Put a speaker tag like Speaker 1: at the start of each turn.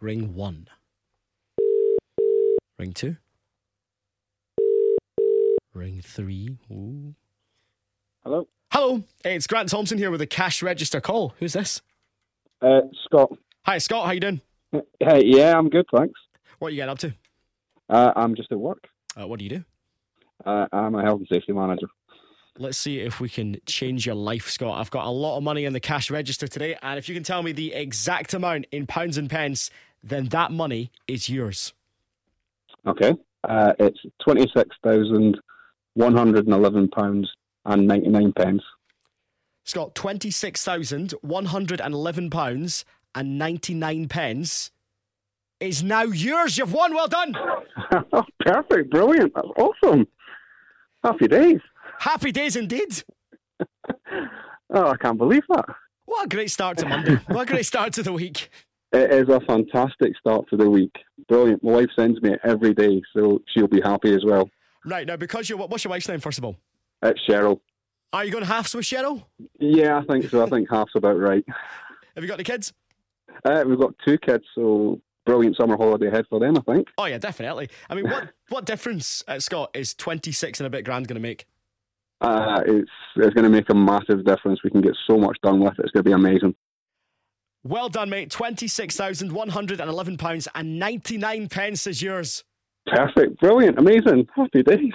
Speaker 1: Ring one. Ring two. Ring three. Ooh.
Speaker 2: Hello.
Speaker 1: Hello, it's Grant Thompson here with a cash register call. Who's this?
Speaker 2: Uh, Scott.
Speaker 1: Hi, Scott. How you doing?
Speaker 2: Hey, yeah, I'm good, thanks.
Speaker 1: What you getting up to?
Speaker 2: Uh, I'm just at work.
Speaker 1: Uh, what do you do?
Speaker 2: Uh, I'm a health and safety manager.
Speaker 1: Let's see if we can change your life, Scott. I've got a lot of money in the cash register today, and if you can tell me the exact amount in pounds and pence, then that money is yours.
Speaker 2: Okay. Uh, it's twenty six thousand one hundred and eleven pounds and ninety nine pence.
Speaker 1: Scott, twenty-six thousand one hundred and eleven pounds and ninety-nine pence is now yours. You've won. Well done.
Speaker 2: Perfect, brilliant, that's awesome. Happy days.
Speaker 1: Happy days indeed.
Speaker 2: Oh, I can't believe that.
Speaker 1: What a great start to Monday. What a great start to the week.
Speaker 2: It is a fantastic start to the week. Brilliant. My wife sends me it every day, so she'll be happy as well.
Speaker 1: Right now, because you're what's your wife's name first of all?
Speaker 2: It's Cheryl.
Speaker 1: Are you going halves with Cheryl?
Speaker 2: Yeah, I think so. I think half's about right.
Speaker 1: Have you got any kids?
Speaker 2: Uh, we've got two kids, so brilliant summer holiday ahead for them, I think.
Speaker 1: Oh yeah, definitely. I mean, what what difference, uh, Scott, is twenty six and a bit grand going to make?
Speaker 2: Uh, it's it's going to make a massive difference. We can get so much done with it. It's going to be amazing.
Speaker 1: Well done, mate. Twenty six thousand one hundred and eleven pounds and ninety nine pence is yours.
Speaker 2: Perfect. Brilliant. Amazing. Happy days.